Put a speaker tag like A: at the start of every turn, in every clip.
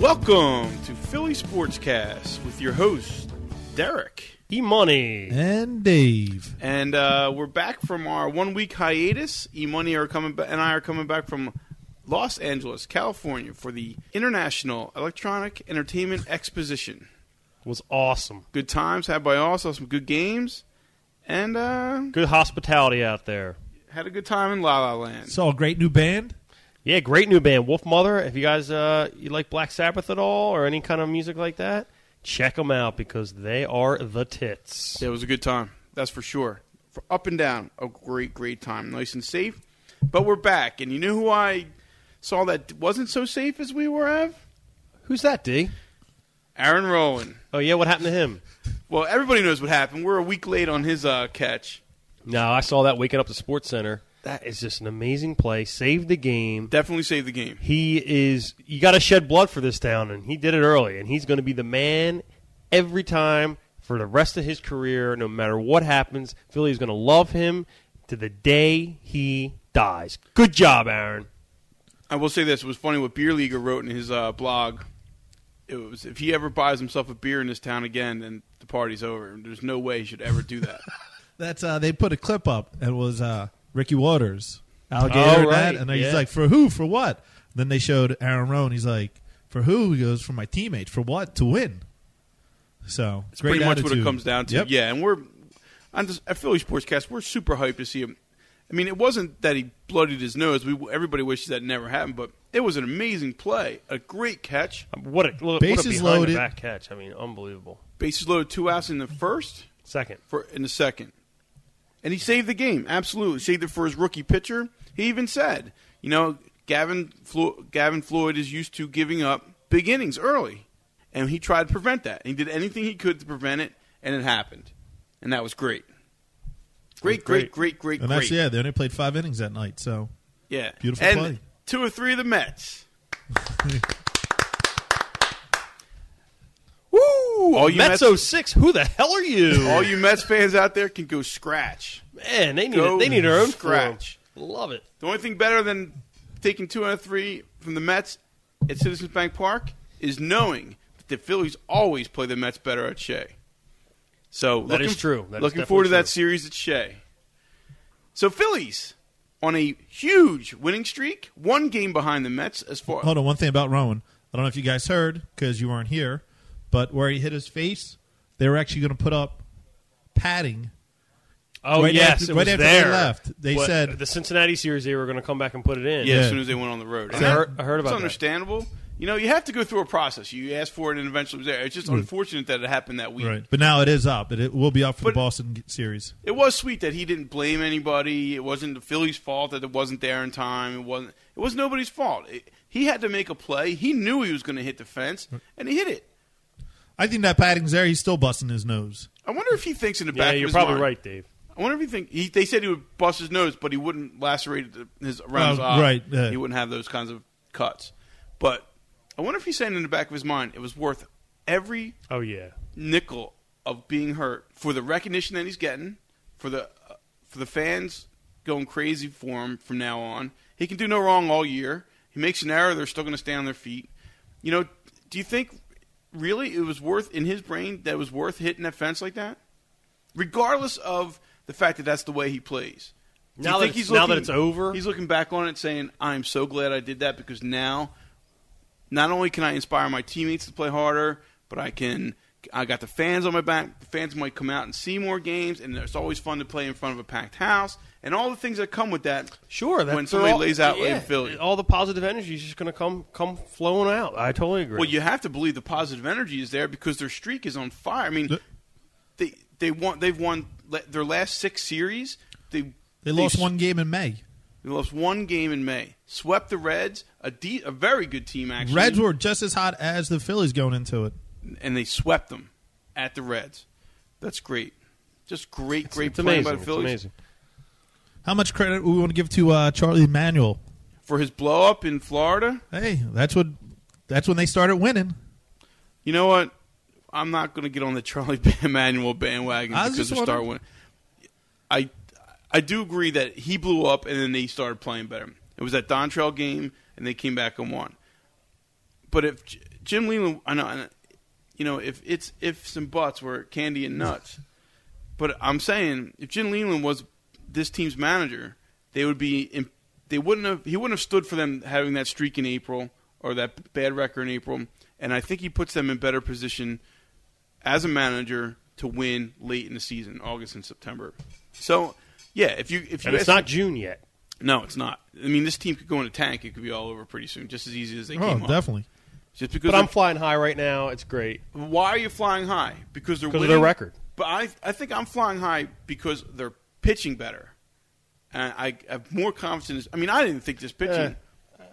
A: Welcome to Philly Sportscast with your host, Derek.
B: E Money.
C: And Dave.
A: And uh, we're back from our one week hiatus. E Money are coming ba- and I are coming back from Los Angeles, California for the International Electronic Entertainment Exposition.
B: Was awesome.
A: Good times had by all, saw some good games, and uh,
B: Good hospitality out there.
A: had a good time in La La Land.
C: Saw a great new band.
B: Yeah, great new band, Wolf Mother. If you guys uh, you like Black Sabbath at all or any kind of music like that, check them out because they are the tits.
A: Yeah, it was a good time. That's for sure. For up and down, a great, great time. Nice and safe. But we're back, and you know who I saw that wasn't so safe as we were of?
B: Who's that, D?
A: Aaron Rowan.
B: Oh yeah, what happened to him?
A: Well, everybody knows what happened. We're a week late on his uh, catch.
B: No, I saw that waking up the Sports Center. That is just an amazing play. Saved the game.
A: Definitely saved the game.
B: He is. You got to shed blood for this town, and he did it early. And he's going to be the man every time for the rest of his career, no matter what happens. Philly's going to love him to the day he dies. Good job, Aaron.
A: I will say this: it was funny what Beer Leaguer wrote in his uh, blog. It was if he ever buys himself a beer in this town again, then the party's over. There's no way he should ever do that.
C: That's uh they put a clip up and it was uh Ricky Waters. Alligator
B: Oh,
C: and that
B: right,
C: and
B: yeah.
C: he's like, For who? For what? Then they showed Aaron Rowan, he's like, For who? He goes, For my teammates, for what? To win. So
A: It's
C: great
A: pretty much what it
C: attitude.
A: comes down to.
C: Yep.
A: Yeah, and we're on this, at Philly Sportscast. We're super hyped to see him. I mean, it wasn't that he bloodied his nose. We everybody wishes that never happened, but it was an amazing play, a great catch.
B: What a what a
C: Bases
B: behind
C: loaded.
B: the back catch. I mean, unbelievable.
A: Bases loaded, two outs in the first
B: Second,
A: for in the second, and he saved the game. Absolutely saved it for his rookie pitcher. He even said, you know, Gavin Flo- Gavin Floyd is used to giving up big innings early, and he tried to prevent that. he did anything he could to prevent it, and it happened, and that was great. Great, great,
B: Great.
A: great, great,
C: And
A: great.
C: that's yeah, they only played five innings that night, so
A: yeah,
C: beautiful
A: and
C: play.
A: Two or three of the Mets. Woo! All you
B: Mets
A: Mets,
B: 06, Who the hell are you?
A: all you Mets fans out there can go scratch.
B: man, they need
A: Go
B: it. they need their own
A: scratch.
B: form. Love it.
A: The only thing better than taking two out of three from the Mets at Citizens Bank Park is knowing that the Phillies always play the Mets better at Shea. So
B: That
A: looking,
B: is true. That is
A: looking forward to
B: definitely
A: that series at Shea. So Phillies on a huge winning streak, one game behind the Mets as far.
C: hold on, one thing about Rowan. I don't know if you guys heard because you weren't here, but where he hit his face, they were actually going to put up padding.
B: Oh
C: Right
B: yes,
C: after-
B: it
C: right
B: was
C: after they
B: there.
C: left, they
B: But
C: said-
B: the Cincinnati series they were going to come back and put it in.
A: yeah, as
C: Yeah.
A: soon as they went on the road.
B: I heard, I heard
A: It's
B: about that.
A: understandable. You know, you have to go through a process. You ask for it, and eventually it's there. It's
B: Mm.
A: just unfortunate that it happened that week.
C: But now it is up. It, it will be up for
A: But-
C: the Boston series.
A: it was sweet that he didn't blame anybody. It wasn't the Phillies' fault that it wasn't there in time. It wasn't. It was nobody's fault. It, he had to make a play. He knew he was going to hit the fence, and he hit it.
C: I think that padding's there. He's still busting his nose.
A: I wonder if he thinks in the
B: Yeah,
A: back.
B: you're
A: of his
B: probably
A: mind-
B: right, Dave.
A: I wonder if he think he, they said he would bust his nose, but he wouldn't lacerate the- his around his
C: Oh,
A: eye.
C: right, yeah.
A: He wouldn't have those kinds of cuts. But I wonder if he's saying in the back of his mind, it was worth every
B: Oh yeah,
A: nickel of being hurt for the recognition that he's getting, for the uh, for the fans going crazy for him from now on. He can do no wrong all year. He makes an error, they're still going to stay on their feet. You know, do you think really it was worth in his brain that it was worth hitting that fence like that, regardless of the fact that that's the way he plays. Do you
B: Now that
A: think
B: it's- now that it's over?
A: he's looking back on it saying, "I'm so glad I did that because now not only can I inspire my teammates to play harder, but I can. I got the fans on my back. The fans might come out and see more games, and it's always fun to play in front of a packed house, and all the things that come with that.
B: sure. That's
A: when
B: they're
A: somebody
B: all,
A: lays out
B: yeah,
A: in Philly,
B: all the positive energy is just going to come come flowing out. I totally agree.
A: well, you have to believe the positive energy is there because their streak is on fire. I mean,
C: The-
A: they they won. They've won le- their last six series. They
C: They lost one game in May.
A: They lost one game in May. Swept the Reds, a de- a very good team actually.
C: Reds were just as hot as the Phillies going into it.
A: and they swept them at the Reds. That's great. Just great, great
B: it's
A: playing
B: amazing.
A: by the Phillies
B: It's amazing.
C: How much credit we want to give to uh, Charlie Emanuel?
A: for his blow up in Florida.
C: Hey, that's what. That's when they started winning.
A: You know what? I'm not going to get on the Charlie Manuel bandwagon
C: I was
A: because
C: just
A: we start winning. I
C: wondering-
A: I do agree that he blew up and then they started playing better. It was that Dontrell game and they came back and won. But if J- Jim Leland, I know, I know, you know, if it's ifs and buts were candy and nuts, but I'm saying if Jim Leland was this team's manager, they would be. In, they wouldn't have. He wouldn't have stood for them having that streak in April or that bad record in April. And I think he puts them in better position as a manager to win late in the season, August and September. So, yeah, if you if you
B: And
A: ask-
B: it's not June yet.
A: no, it's not. I mean, this team could go in a tank. It could be all over pretty soon, just as easy as they
C: Oh,
A: came up.
C: definitely.
A: Just because
B: But I'm
A: they're-
B: flying high right now. It's great.
A: why are you flying high? Because they're
B: Because of
A: winning?
B: their record.
A: But I I think I'm flying high because they're pitching better, and I have more confidence. I mean, I didn't think this pitching.
B: Eh.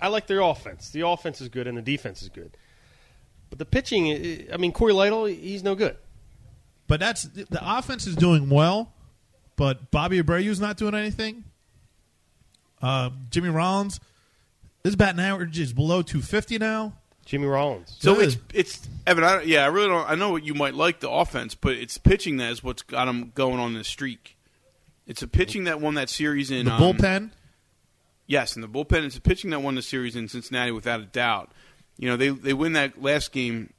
B: I like their offense. The offense is good and the defense is good. But the pitching, I- I mean, Corey Lytle, he's no good.
C: But that's the the offense is doing well, but Bobby Abreu's not doing anything. Uh, Jimmy Rollins, his batting average is below 250 now.
B: Jimmy Rollins.
A: so
C: good.
A: it's it's Evan. I, don't- yeah, I really don't. I know what you might like the offense, but it's pitching that is what's got them going on this streak. It's a pitching that won that series in
C: The
A: um,
C: bullpen,
A: Yes, and the bullpen is the pitching that won the series in Cincinnati without a doubt. You know, they they win that last game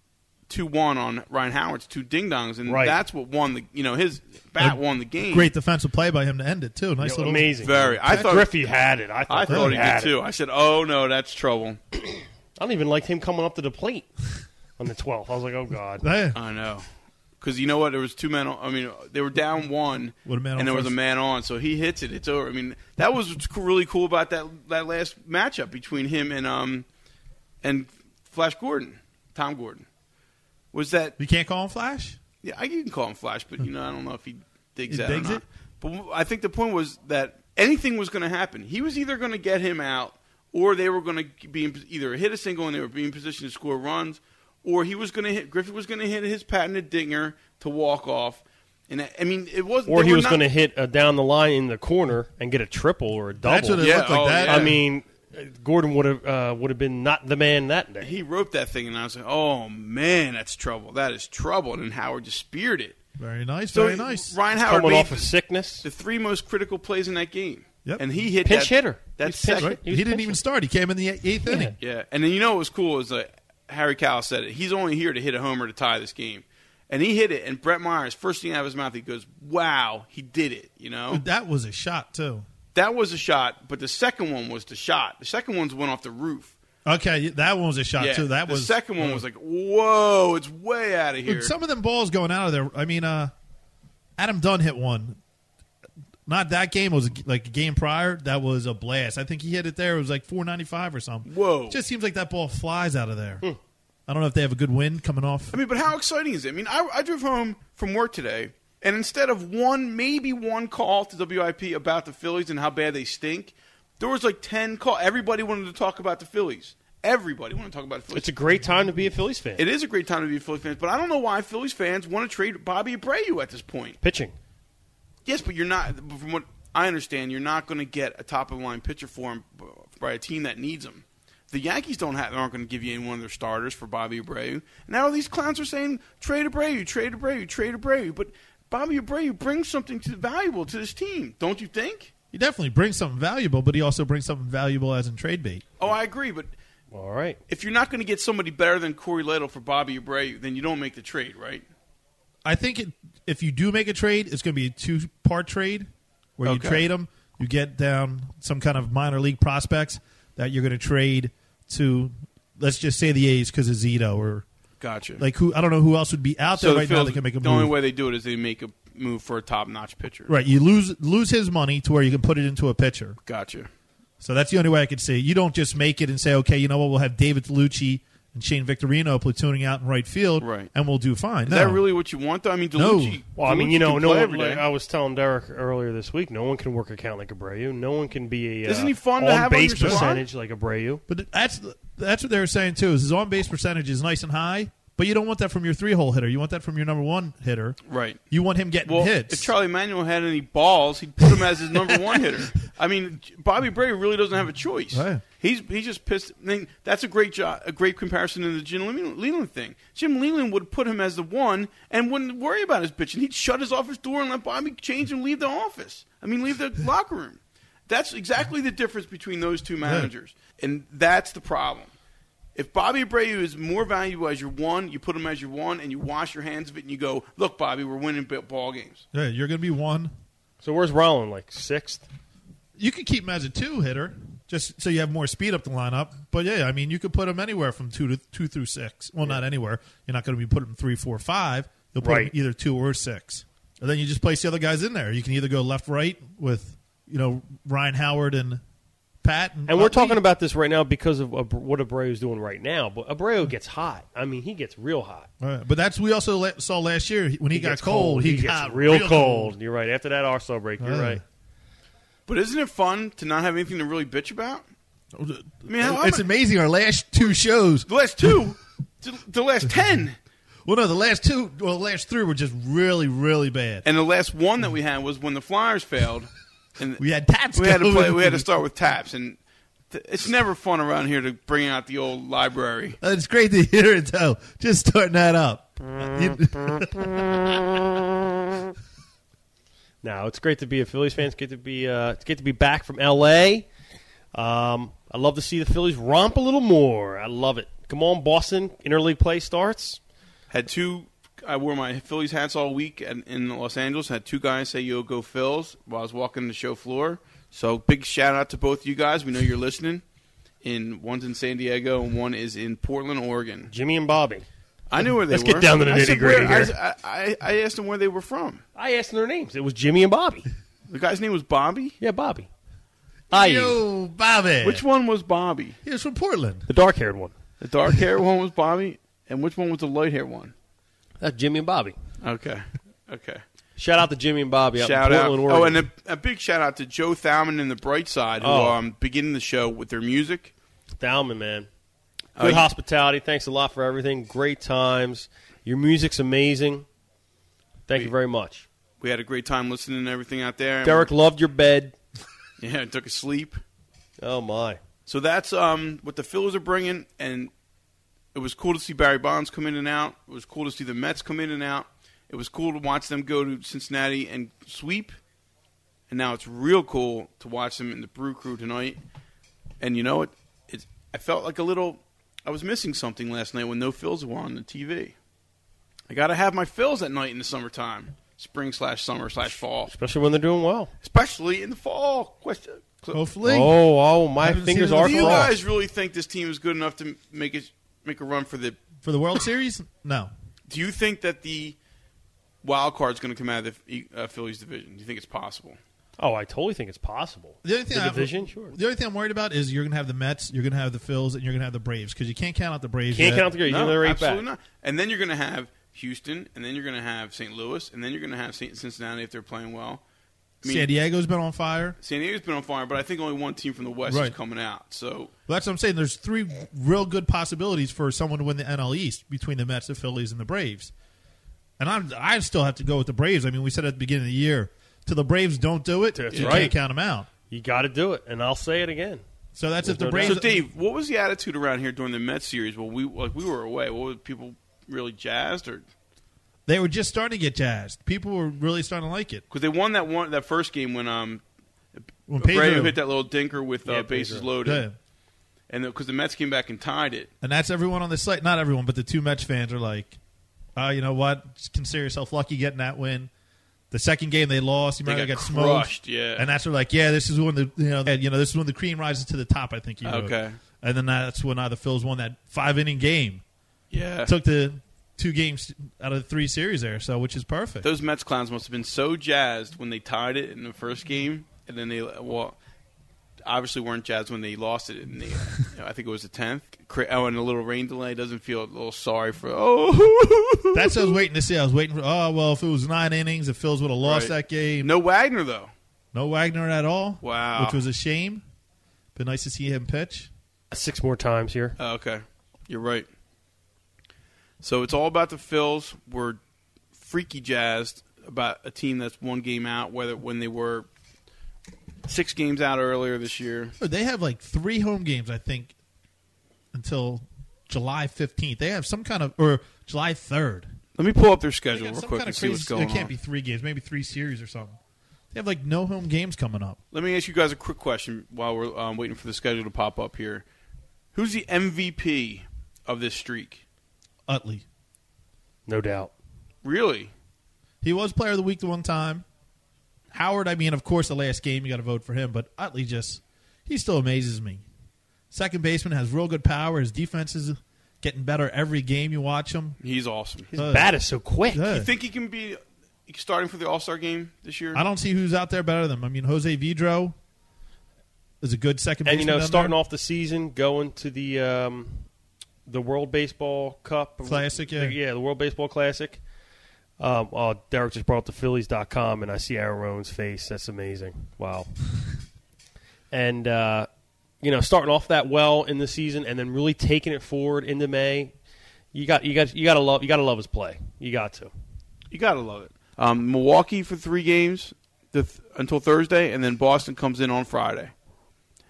A: two one on Ryan Howard's two ding dongs, and
B: Right.
A: that's what won the you know, his bat
C: A
A: won the game.
C: great defensive play by him to end it too. Nice
B: You know,
C: little
B: amazing.
A: Very. I
B: Pat
A: thought-
B: Griffey had it. I thought,
A: I thought he
B: had
A: did
B: it.
A: too. I said, Oh no, that's trouble.
B: I don't even like him coming up to the plate on the 12th. I was like, oh, God.
C: Yeah.
A: I know. Because you know what, there was two men. On, I mean, they were down one,
C: With a man
A: and
C: on
A: there was
C: first.
A: a man on. So he hits it. It's over. I mean, that was what's co- really cool about that that last matchup between him and um and Flash Gordon, Tom Gordon, was that
C: You can't call him Flash.
A: Yeah, I you can call him Flash, but you know, I don't know if he digs
C: He
A: that or
C: digs
A: not.
C: it?
A: But w- I think the point was that anything was going to happen. He was either going to get him out, or they were going to be in, either hit a single and they were being positioned to score runs, or he was going to hit Griffith was going to hit his patented dinger to walk off. And I- I mean, it wasn't.
B: Or
A: they
B: he
A: were
B: was
A: not-
B: going to hit a down the line in the corner and get a triple or a double.
C: That's what it
A: Yeah,
C: looked like.
A: oh,
C: that.
A: yeah.
B: I mean, Gordon would have uh, would have been not the man that day.
A: He wrote that thing, and I was like, "Oh man, that's trouble. That is trouble." And then Howard just speared it.
C: very nice.
A: So
C: Very nice.
A: Ryan Howard
B: Coming
A: made
B: off of sickness.
A: the three most critical plays in that game,
C: Yep.
A: and he hit
B: Pinch
A: that,
B: hitter.
A: That
B: He's pinch
A: second,
B: hit-
C: Right?
B: he
C: He,
B: was
C: didn't
B: pitching.
C: even start. He came in the eighth inning.
A: Yeah, and then you know what was cool is that Harry Kyle said it. He's only here to hit a homer to tie this game, and he hit it. And Brett Myers, first thing out of his mouth, he goes, "Wow, he did it!" You know,
C: That was a shot too.
A: that was a shot, but the second one was the shot. The second one's went off the roof.
C: Okay, that one was a shot
A: Yeah,
C: too. That
A: the
C: was Mm.
A: second one was like, "Whoa, it's way out of here."
C: Dude, some of them balls going out of there. I mean, uh, Adam Dunn hit one. Not that game it was like a game prior. That was a blast. I think he hit it there. It was like 495 or something.
A: Whoa. Hmm.
C: Just seems like that ball flies out of there. I don't know if they have a good wind coming off.
A: I mean, but how exciting is it? I mean, I, I drove home from work today, and instead of one, maybe one call to WIP about the Phillies and how bad they stink, there was like ten call. Everybody wanted to talk about the Phillies. Everybody wanted to talk about the Phillies.
B: It's a great time to be a Phillies fan.
A: it is a great time to be a Phillies fan, but I don't know why Phillies fans want to trade Bobby Abreu at this point.
B: Pitching.
A: Yes, but you're not. but From what I understand, you're not going to get a top of the line pitcher for him b- by a team that needs him. The Yankees don't have, aren't going to give you any one of their starters for Bobby Abreu. Now these clowns are saying trade Abreu, trade Abreu, trade Abreu. But Bobby Abreu brings something to, valuable to this team, don't you think?
C: He definitely brings something valuable, but he also brings something valuable as in trade bait.
A: Oh, I agree. But
B: All right.
A: if you're not going to get somebody better than Corey Little for Bobby Abreu, then you don't make the trade, right?
C: I think it, if you do make a trade, it's going to be a two part trade where
A: Okay.
C: you trade them, you get down some kind of minor league prospects that you're going to trade to, let's just say the A's because of Zito or
A: Gotcha.
C: like who I don't know who else would be out there
A: the
C: right now
A: Phillies-
C: that can make a
A: the
C: move.
A: only way they do it is they make a move for a top notch pitcher.
C: right, you lose lose his money to where you can put it into a pitcher.
A: Gotcha.
C: So that's the only way I could see. it. You don't just make it and say, okay, you know what, we'll have David DeLucci and Shane Victorino platooning out in right field,
A: Right.
C: and we'll do fine.
A: Is that really what you want? Though I mean,
C: No.
A: DeLucci.
B: Well, I mean,
A: DeLucci
B: you know,
A: can
B: no
A: play
B: one,
A: every day.
B: like uh, I was telling Derek earlier this week, no one can work a count like Abreu. No one can be a uh,
A: Isn't he fun to have on
B: base
A: your squad?
B: percentage like Abreu.
C: But that's that's what they were saying too. Is his on base percentage is nice and high, but you don't want that from your three hole hitter. You want that from your number one hitter.
A: Right.
C: You want him getting
A: well,
C: hits.
A: if Charlie Manuel had any balls, he'd put him as his number one hitter. I mean, Bobby Bray really doesn't have a choice.
C: Right.
A: He's he's just pissed. I mean, that's a great job, a great comparison to the Jim Leland Leland thing. Jim Leland would put him as the one and wouldn't worry about his bitching. He'd shut his office door and let Bobby change and leave the office. I mean, leave the locker room. That's exactly the difference between those two managers, and that's the problem. If Bobby Abreu is more valuable as your one, you put him as your one, and you wash your hands of it, and you go, "Look, Bobby, we're winning b- ball games."
C: Yeah, you're going to be one.
B: So where's Rollin? Like sixth?
C: You could keep him as a two hitter, just so you have more speed up the lineup. But yeah, I mean, you could put him anywhere from two to two through six. Well, not anywhere. You're not going to be putting him three, four, five. You'll put
B: Right.
C: him either two or six, and then you just place the other guys in there. You can either go left, right with you know Ryan Howard and Pat,
B: And we're talking about this right now because of Ab- what Abreu's doing right now. But Abreu gets hot. I mean, he gets real hot.
C: All right. But that's we also la- saw last year when he, got
B: gets
C: cold.
B: He,
C: got
B: gets real, cold. You're right. After that all star break, you're
C: Yeah.
B: right.
A: But isn't it fun to not have anything to really bitch about? mean, how-
C: it's amazing. Our last two shows.
A: The last two, the- the last ten,
C: Well, no, the last two. Well, the last three were just really, really bad.
A: and the last one that we had was when the Flyers failed, and
C: we had tats.
A: we had to
C: going.
A: play. We had to start with taps, and th- it's never fun around here to bring out the old library.
C: Uh, It's great to hear it though. Just starting that up. You-
B: Now it's great to be a Phillies fan. It's great to be uh, it's great to be back from L.A. Um, I love to see the Phillies romp a little more. I love it. Come on, Boston! Interleague play starts.
A: Had two. I wore my Phillies hats all week in, in Los Angeles. Had two guys say "Yo, go Phils" while I was walking the show floor. So big shout out to both you guys. We know you're listening. In one's in San Diego and one is in Portland, Oregon.
B: Jimmy and Bobby.
A: I knew where they
B: Let's
A: were.
B: get down to the
A: I said,
B: nitty-gritty
A: where-
B: here.
A: I, I, I asked them where they were from.
B: I asked them their names. It was Jimmy and Bobby.
A: The guy's name was Bobby.
B: Yeah, Bobby. I
C: Yo, Bobby.
A: Which one was Bobby?
C: He was from Portland.
B: the dark haired one.
A: The dark hair one was Bobby, and which one was the light hair one?
B: That's Jimmy and Bobby.
A: Okay, okay.
B: Shout out to Jimmy and Bobby. Out
A: shout
B: in
A: out!
B: Portland,
A: Oh,
B: Oregon.
A: and a, a big shout out to Joe Thalman and the Bright Side, who
B: Oh.
A: are um, beginning the show with their music.
B: Thalman, man.
A: Oh,
B: Good
A: you-
B: hospitality. Thanks a lot for everything. Great times. Your music's amazing. Thank you very much.
A: We had a great time listening to everything out there.
B: Derek loved your bed.
A: yeah, and took a sleep.
B: Oh my.
A: So that's um, what the Phillies are bringing, and it was cool to see Barry Bonds come in and out. It was cool to see the Mets come in and out. It was cool to watch them go to Cincinnati and sweep, and now it's real cool to watch them in the Brew Crew tonight. And you know what? It's I felt like a little. I was missing something last night when no Phils were on the TV. I got to have my Phils at night in the summertime, spring slash summer slash fall,
B: Especially when they're doing well.
A: especially in the fall. Question.
C: Hopefully.
B: Oh, oh, my
C: Haven't
B: fingers
C: seen it
B: are
C: in
A: Do
C: the
A: you
C: Ross.
B: crossed.
A: guys really think this team is good enough to make it make a run for the?
C: For the World Series? No.
A: Do you think that the wild card is going to come out of the uh, Phillies division? Do you think it's possible?
B: Oh, I totally think it's possible.
C: The only thing I-
B: division, sure.
C: The only thing I'm worried about is you're going to have the Mets, you're going to have the Phils, and you're going to have the Braves because you can't count out the Braves.
B: Can't
C: yet.
B: count the You're
A: no,
B: gonna rate
A: absolutely not.
B: back.
A: And then you're going to have Houston, and then you're going to have St. Louis, and then you're going to have St. Cincinnati if they're playing well. I mean,
C: San Diego's been on fire.
A: San Diego's been on fire, but I think only one team from the West
C: Right.
A: is coming out. So
C: Well, that's what I'm saying. There's three real good possibilities for someone to win the NL East between the Mets, the Phillies, and the Braves. And I'm, I still have to go with the Braves. I mean, we said at the beginning of the year, till the Braves don't do it,
B: That's
C: you
B: right.
C: can't count them out.
B: You got to do it, and I'll say it again.
C: So that's if the
B: There's no
C: Braves.
A: So, Dave, what was the attitude around here during the Mets series? Well, we like we were away. What were people really jazzed or?
C: They were just starting to get jazzed. People were really starting to like it.
A: Because they won that one that first game when um
C: When
A: Pedro
C: Pedro
A: hit that little dinker with uh,
B: Yeah,
A: bases
B: Pedro.
A: loaded,
C: Yeah.
A: and because the, Mets came back and tied it.
C: And that's everyone on the site. Not everyone, but the two Mets fans are like, oh, you know what? Just consider yourself lucky getting that win. The second game they lost, you
A: They
C: remember
A: got
C: they got
A: crushed,
C: smoked.
A: yeah.
C: And that's where like, yeah, this is when the you know, and, you know, this is when the cream rises to the top. I think you wrote.
A: Okay.
C: And then that's when uh, the Phils won that five inning game.
A: Yeah,
C: Took the two games out of the three series there, so which is perfect.
A: those Mets clowns must have been so jazzed when they tied it in the first game, and then they well, obviously weren't jazzed when they lost it in the. you know, I think it was the tenth. Oh, and a little rain delay doesn't feel a little sorry for. Oh,
C: that's what I was waiting to see. I was waiting for. Oh well, if it was nine innings, the Phils would have lost
A: Right.
C: that game.
A: no Wagner though.
C: No Wagner at all.
A: Wow.
C: Which was a shame. Been nice to see him pitch.
B: Six more times here.
A: Oh, okay, you're right. So it's all about the fills. We're freaky jazzed about a team that's one game out, whether when they were six games out earlier this year.
C: Oh, They have like three home games, I think, until July 15th. They have some kind of, or July 3rd.
A: Let me pull up their
C: They
A: schedule
C: got
A: real
C: some
A: quick
C: kind
A: and
C: of
A: see what's
C: crazy,
A: going
C: it can't
A: on.
C: be three games, maybe three series or something. They have like no home games coming up.
A: Let me ask you guys a quick question while we're um, waiting for the schedule to pop up here. Who's the MVP of this streak?
C: Utley.
B: No doubt.
A: Really?
C: He was player of the week the one time. Howard, I mean, of course, the last game you got to vote for him, but Utley just he still amazes me. Second baseman has real good power. His defense is getting better every game you watch him.
A: He's awesome.
B: His
C: Uh,
B: bat is so quick.
C: Yeah.
A: You think he can be starting for the All Star game this year?
C: I don't see who's out there better than him. I mean, Jose Vidro is a good second
B: And
C: baseman.
B: you know,
C: down
B: starting
C: there.
B: off the season, going to the um, the World Baseball Cup
C: Classic, yeah.
B: the, the World Baseball Classic. Um, oh, Derek just brought up the Phillies.com, and I see Aaron Rowan's face. That's amazing. Wow. and uh, you know, starting off that well in the season, and then really taking it forward into May. You got, you got, you got to love, you got to love his play. You got to.
A: You gotta love it. Um, Milwaukee for three games the th- until Thursday, and then Boston comes in on Friday.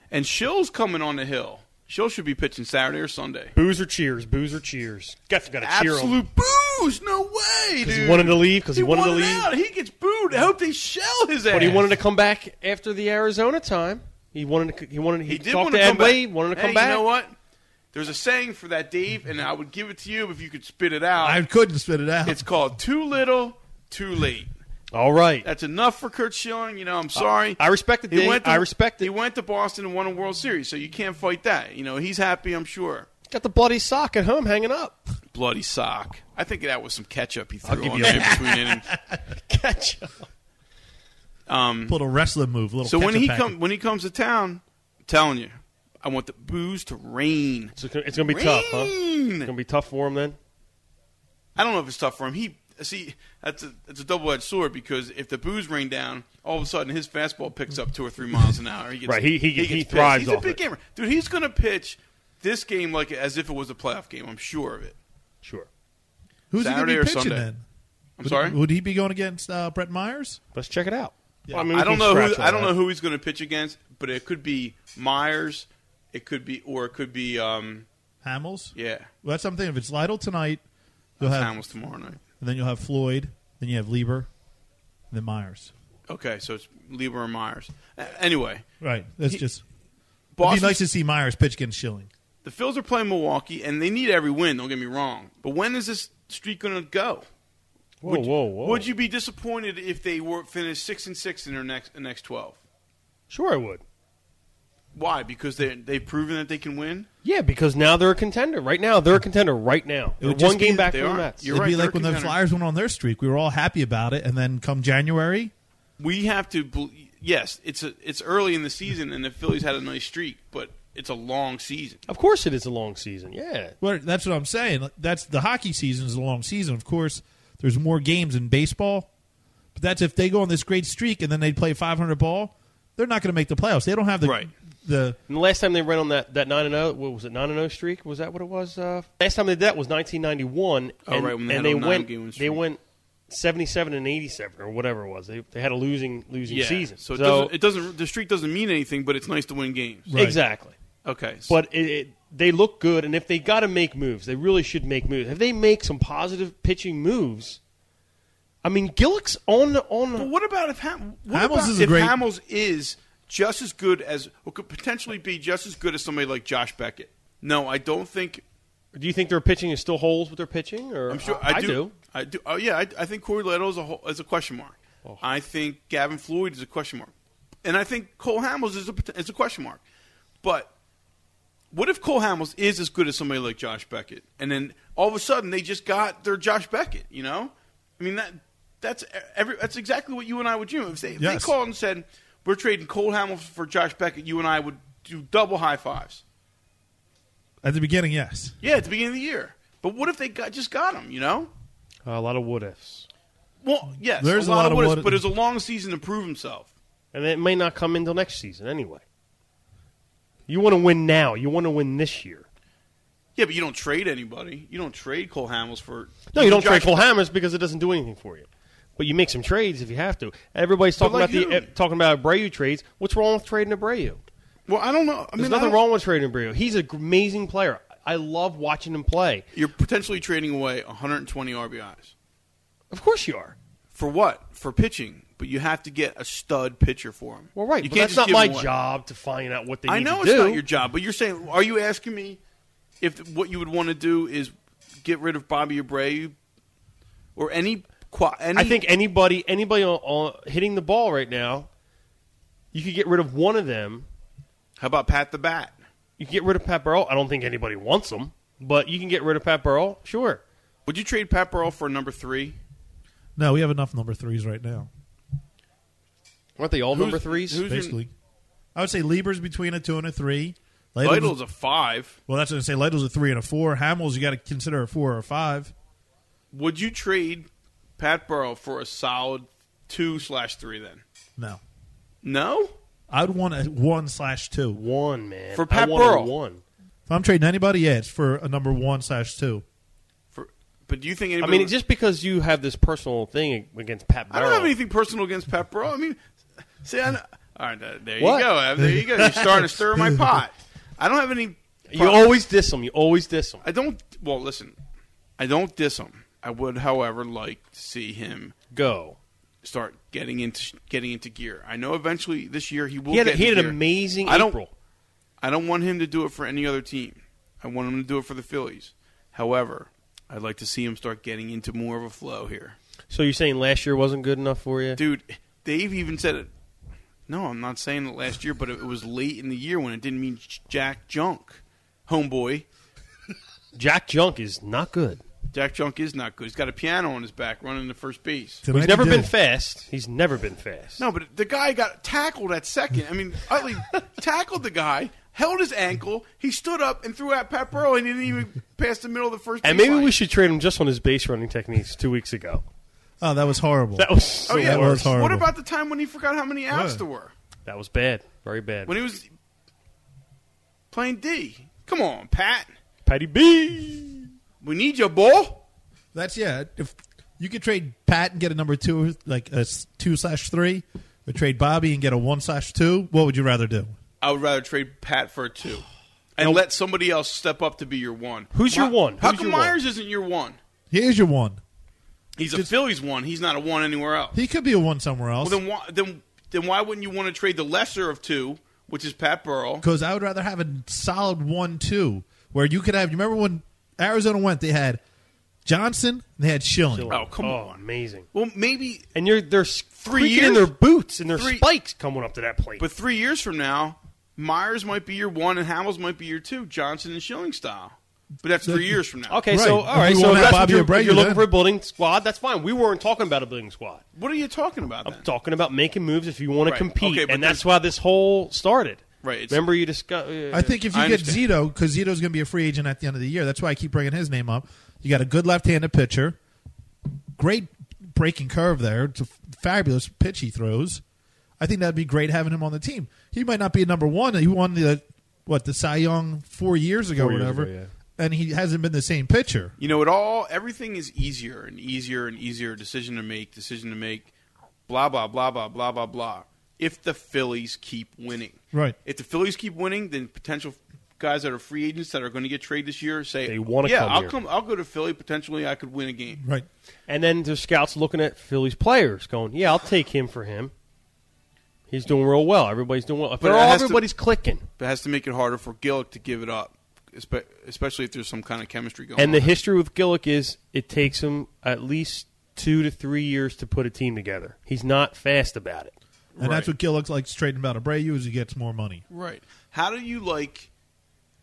A: And Shill's coming on the hill. Shill should be pitching Saturday or Sunday.
B: Booze or cheers, booze or cheers. Got to, got to cheer him.
A: Absolute booze! No way, dude.
B: Because he wanted to leave. Because he, wanted, to leave.
A: out. He gets booed. I hope they shell his ass.
B: But he wanted to come back after the Arizona time. He wanted to. He wanted. He,
A: He did
B: talked
A: want
B: to
A: to come
B: Ed Wade,
A: back.
B: Wanted to
A: Hey,
B: come back.
A: You know what? There's a saying for that, Dave, and I would give it to you if you could spit it out.
C: I couldn't spit it out.
A: it's called too little, too late.
B: All right.
A: That's enough for Kurt Schilling. You know, I'm sorry.
B: I respect it. Dave. I respect
A: He
B: it.
A: went to Boston and won a World Series, so you can't fight that. You know, he's happy, I'm sure.
B: Got the bloody sock at home hanging up.
A: Bloody sock. I think that was some ketchup he threw
B: give
A: on
B: you
A: there
B: a-
A: between innings.
B: Catch up.
A: Um,
C: pulled a wrestling move. Little
A: so when
C: catch-up
A: he
C: packet.
A: come when he comes to town, I'm telling you, I want the booze to rain.
B: So it's gonna- it's going to be tough, huh? It's
A: Rain!
B: going to be tough for him then.
A: I don't know if it's tough for him. He see that's a that's a double edged sword because if the booze rain down, all of a sudden his fastball picks up two or three miles an hour. He gets,
B: Right, he- he-
A: gets
B: he
A: pissed.
B: thrives
A: He's a
B: off
A: big
B: it.
A: gamer, dude. He's gonna pitch this game like as if it was a playoff game. I'm sure of it.
B: Sure.
C: who's
A: Saturday
C: he
A: or
C: going to be pitching
A: Sunday?
C: then?
A: I'm
C: Would-
A: sorry.
C: Would he be going against uh, Brett Myers?
B: Let's check it out.
C: Yeah.
B: mean, we
A: I don't
B: can
A: know. Who,
B: scratch all
A: I don't
B: that.
A: know who he's gonna pitch against, but it could be Myers. It could be or it could be um
C: Hamels.
A: yeah
C: Well, that's something. If it's Lytle tonight, you'll have
A: Hamels tomorrow night.
C: and then you'll have Floyd, then you have Lieber, then Myers.
A: Okay, so it's Lieber and Myers. A- Anyway,
C: Right. That's
A: He-
C: just. It'd
A: Boston
C: be nice to see Myers pitch against Schilling.
A: The Phils are playing Milwaukee, and they need every win. Don't get me wrong, but when is this streak going to go?
B: Whoa,
A: would,
B: whoa, whoa.
A: Would you be disappointed if they were finished six and six in their next the next twelve?
B: Sure, I would.
A: Why? Because they they've proven that they can win.
B: Yeah, because now they're a contender. Right now, they're a contender. Right now,
C: It would
B: They're one
C: just be-
B: game back
A: they
B: from the
A: are.
B: Mets.
A: You're
C: It'd be
A: right, they're
C: like when the
A: contender.
C: Flyers went on their streak. We were all happy about it, and then come January,
A: We have to. bel- Yes, it's a, it's early in the season, and the Phillies had a nice streak, but it's a long season.
B: Of course, it is a long season. Yeah,
C: Well, that's what I'm saying. Like, That's the hockey season is a long season. Of course, there's more games in baseball, but that's if they go on this great streak and then they play 500 ball, they're not going to make the playoffs. They don't have the
A: Right.
C: the
B: And the last time they ran on that that nine and zero, what was it nine and zero streak? Was that what it was? Uh, last time they did that was nineteen ninety one.
A: Oh,
B: and,
A: right, when they
B: and
A: had
B: they
A: a nine
B: went
A: game win
B: they
A: streak.
B: went seventy seven and eighty seven or whatever it was. They they had a losing losing season.
A: So, it, doesn't, it doesn't. The streak doesn't mean anything, but it's nice to win games.
C: Right.
B: exactly.
A: Okay, so
B: But it, it, they look good, and if they got to make moves, they really should make moves. If they make some positive pitching moves, I mean, Gillick's on the on.
A: But
B: The,
A: what about if Ham- what
C: Hamels
A: about
C: is a
A: if
C: great-
A: Hamels is just as good as or could potentially be just as good as somebody like Josh Beckett? No, I don't think.
B: do you think their pitching is still holes with their pitching? Or
A: I'm sure
B: Uh, I, I do.
A: I do. Oh yeah, I, I think Corey Little is a whole, is a question mark.
B: Oh.
A: I think Gavin Floyd is a question mark, and I think Cole Hamels is a pot- is a question mark. But what if Cole Hamels is as good as somebody like Josh Beckett, and then all of a sudden they just got their Josh Beckett? You know, I mean that that's e, every that's exactly what you and I would do if they if they
C: Yes.
A: called and said we're trading Cole Hamels for Josh Beckett. You and I would do double high fives.
C: at the beginning. Yes,
A: Yeah, at the beginning of the year. But what if they got just got him? You know.
B: a lot of what ifs.
A: Well, yes,
C: There's
A: a lot, of, what ifs, but it's a long season to prove himself.
B: and it may not come until next season anyway. You want to win now. You want to win this year.
A: Yeah, but you don't trade anybody. You don't trade Cole Hamels for
B: No, you don't
A: Josh-
B: trade Cole Hammers because it doesn't do anything for you. But you make some trades if you have to. Everybody's talking
A: like
B: about the
A: who?
B: eh, talking about Abreu trades. What's wrong with trading Abreu?
A: Well, I don't know. I
B: There's
A: mean,
B: nothing
A: I don't-
B: wrong with trading Abreu. He's an amazing player. I love watching him play.
A: You're potentially trading away 120 RBIs
B: Of course you are.
A: for what? For pitching, but but you have to get a stud pitcher for him.
B: Well, right,
A: You
B: but
A: can't
B: that's
A: just
B: not
A: give
B: my
A: him one.
B: job to find out what they
A: I
B: need
A: know
B: to
A: it's
B: do.
A: not your job, but you're saying, are you asking me if what you would want to do is get rid of Bobby Abreu or any? qua- any
B: I think anybody anybody on, on, hitting the ball right now, you could get rid of one of them.
A: How about Pat the Bat?
B: You could get rid of Pat Burrell. I don't think anybody wants him, but you can get rid of Pat Burrell. Sure.
A: Would you trade Pat Burrell for number three?
C: No, we have enough number threes right now.
B: Aren't they all
A: Who's-
B: number threes?
A: who's- your-
C: Basically, I would say Lieber's between a two and a three. Lidle's-
A: Lidle's a five.
C: well, that's what I say. Lidle's a three and a four. Hamels, you got to consider a four or a five.
A: Would you trade Pat Burrell for a solid two slash three? Then
C: No,
A: no.
C: I'd want a one slash two.
B: one man
A: For
B: I
A: Pat
B: want a
A: Burrell.
B: One.
C: If I'm trading anybody, yeah, it's for a number one slash two.
A: For, but do you think
B: I
A: anybody?
B: mean, it's just because you have this personal thing against Pat
A: I
B: Burrell.
A: don't have anything personal against Pat Burrell. I mean, see, I know, all right, uh, there
B: What?
A: you go, Ev. There you go. You're starting to stir my pot. I don't have any.
B: You always diss him. You always diss him.
A: I don't. Well, listen, I don't diss him. I would, however, like to see him
B: Go.
A: start getting into getting into gear. I know eventually this year he will.
B: He had, a,
A: get
B: he had
A: into gear.
B: an amazing
A: I don't-
B: April.
A: I don't want him to do it for any other team. I want him to do it for the Phillies. However, I'd like to see him start getting into more of a flow here.
B: So you're saying last year wasn't good enough for you?
A: Dude, Dave even said it. No, I'm not saying it last year, but it was late in the year when it didn't mean j- Jack Junk. Homeboy,
B: Jack Junk is not good.
A: Jack Junk is not good. He's got a piano on his back running to first base.
C: Tonight
B: He's
C: he
B: never been
C: did.
B: fast. He's never been fast.
A: No, but the guy got tackled at second. I mean, Utley tackled the guy, held his ankle, he stood up and threw at Pat Burrow, and he didn't even pass the middle of the first
B: And
A: base
B: maybe
A: line.
B: we should trade him just on his base running techniques two weeks ago.
C: Oh, that was horrible.
B: That was so
A: Oh yeah,
C: That was
B: worse.
C: horrible.
A: What about the time when he forgot how many outs
C: Yeah.
A: there were
B: That was bad. Very bad.
A: when he was playing D? Come on, Pat.
B: Patty B.
A: We need you, boy.
C: That's yeah. If you could trade Pat and get a number two, like a s- two slash three, or trade Bobby and get a one slash two, what would you rather do?
A: I would rather trade Pat for a two, and let somebody else step up to be your one.
B: Who's your
A: Why-
B: one?
A: How
B: Who's
A: come
B: your one?
A: Myers isn't your one?
C: Here's your one.
A: He's a Phillies one. He's not a one anywhere else.
C: He could be a one somewhere else.
A: Well, then why then then why wouldn't you want to trade the lesser of two, which is Pat Burrow?
C: because I would rather have a solid one two where you could have. You remember when Arizona went? They had Johnson. and They had Schilling.
A: Oh, come on.
B: amazing.
A: Well, maybe,
B: And you're they're three
A: years?
B: in their boots and their
A: Three-
B: spikes coming up to that plate.
A: but three years from now, Myers might be your one, and Hamels might be your two, Johnson and Schilling style. But that's three years from now.
B: okay,
C: Right.
B: so
C: If
B: all right,
C: we
B: so
C: won't
B: if
C: have
B: that's what
C: Bobby
B: you're,
C: Abreu
B: if you're looking
C: then.
B: for a building squad. That's fine. We weren't talking about a building squad.
A: What are you talking about? Then?
B: I'm talking about making moves if you want
A: Right.
B: to compete,
A: Okay, but
B: and that's
A: there's-
B: why this whole started.
A: Right, it's-
B: Remember you discussed. Uh,
C: I think if you
A: I
C: get
A: understand.
C: Zito, because Zito's going to be a free agent at the end of the year. That's why I keep bringing his name up. You got a good left-handed pitcher, great breaking curve there. It's a f- fabulous pitch he throws. I think that'd be great having him on the team. He might not be a number one. He won the what the Cy Young four years ago,
B: Four
C: or
B: years
C: whatever,
B: ago, yeah.
C: and he hasn't been the same pitcher.
A: You know, it all everything is easier and easier and easier. Decision to make, decision to make, blah blah blah blah blah blah blah. If the Phillies keep winning,
C: Right.
A: If the Phillies keep winning, then potential guys that are free agents that are going to get traded this year say,
B: They wanna
A: yeah,
B: come
A: I'll
B: here."
A: come. I'll go to Philly. Potentially, I could win a game.
C: Right.
B: And then there's scouts looking at Philly's players, going, "Yeah, I'll take him for him. He's doing real well. Everybody's doing well. If
A: But
B: they're
A: it
B: all,
A: has to-
B: everybody's clicking,
A: But it has to make it harder for Gillick to give it up, espe- especially if there's some kind of chemistry going.
B: and the
A: on.
B: history with Gillick is it takes him at least two to three years to put a team together. He's not fast about it.
C: And that's what Gill looks like trading about Abreu is he gets more money.
A: Right. How do you like?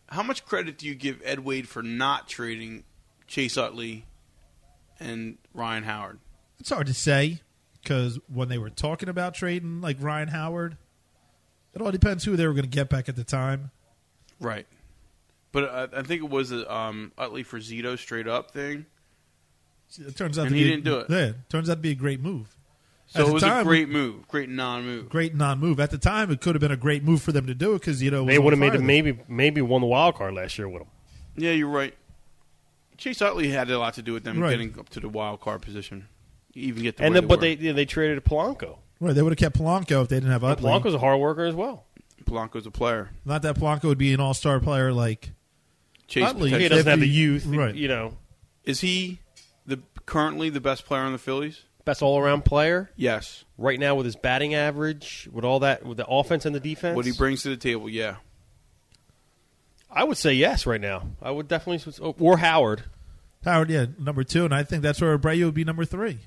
A: How much credit do you give Ed Wade for not trading Chase Utley and Ryan Howard?
C: It's hard to say because when they were talking about trading like Ryan Howard, it all depends who they were going to get back at the time.
A: Right. But uh, I think it was the um, Utley for Zito straight up thing.
C: It turns out
A: And
C: to
A: he
C: be,
A: didn't do it.
C: Yeah, it turns out to be a great move.
A: So
C: At
A: it
C: the
A: was a
C: time,
A: great move, great non-move.
C: great non-move. At the time, it could have been a great move for them to do it because you know
B: They would have made him maybe maybe won the wild card last year with him.
A: Yeah, you're right. Chase Utley had a lot to do with them
C: Right.
A: getting up to the wild card position, even get the
B: and
A: way
B: then, but
A: were.
B: they yeah, they traded Polanco.
C: Right, they would have kept Polanco if they didn't have Utley.
B: Polanco's a hard worker as well.
A: Polanco's a player.
C: Not that Polanco would be an all-star player like
A: Chase
C: Utley-
B: He
A: potentially-
C: does-
B: doesn't have the
C: Definitely-
B: youth,
C: right.
B: you know.
A: is he the currently the best player on the Phillies?
B: best all around player
A: Yes.
B: right now with his batting average, with all that, with the offense and the defense.
A: What he brings to the table, yeah.
B: I would say yes right now. I would definitely oh, or Howard.
C: Howard, yeah, number two, and I think that's where Abreu would be number three.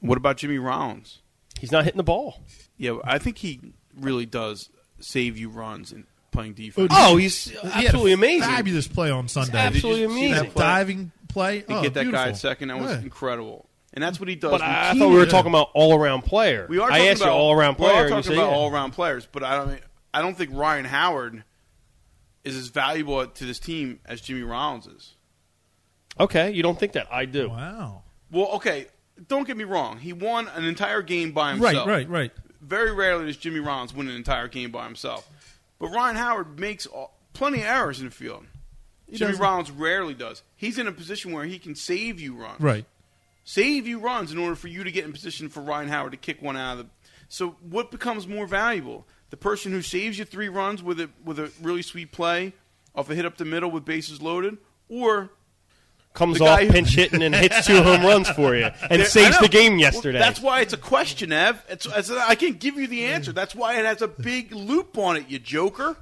A: What about Jimmy Rollins?
B: He's not hitting the ball.
A: Yeah, I think he really does save you runs in playing
C: Oh,
A: defense.
C: dude.
B: Oh, he's
C: He had a
B: absolutely amazing.
C: Fabulous play on Sunday.
A: Did you
B: absolutely
A: see
B: amazing.
A: that
C: that
A: play?
C: diving play.
A: To
C: oh,
A: get that guy
C: beautiful.
A: at second, that was
C: Yeah.
A: incredible. And that's what he does.
B: But
A: We
B: I
A: keep-
B: thought we were
C: Yeah.
B: talking about all around player.
A: We are.
B: I
A: talking
B: asked
A: about,
B: you all around player.
A: We are
B: and you
A: talking
B: say,
A: about
B: yeah.
A: all around players, but I don't. I don't think Ryan Howard is as valuable to this team as Jimmy Rollins is.
B: Okay, you don't think that? I do.
C: Wow.
A: Well, okay. Don't get me wrong. He won an entire game by
C: Right,
A: himself.
C: right, right.
A: Very rarely does Jimmy Rollins win an entire game by himself. But Ryan Howard makes all, plenty of errors in the field. Jimmy
C: doesn't-
A: Rollins rarely does. He's in a position where he can save you runs.
C: Right.
A: save you runs in order for you to get in position for Ryan Howard to kick one out of the. So what becomes more valuable? The person who saves you three runs with a with a really sweet play off a hit up the middle with bases loaded, or
B: Comes
A: The
B: off
A: guy who-
B: pinch hitting and hits two home runs for you and
A: There- I
B: saves
A: know.
B: the game
A: Well,
B: yesterday.
A: that's why it's a question, Ev. It's, it's- I can't give you the answer. That's why it has a big loop on it, you joker.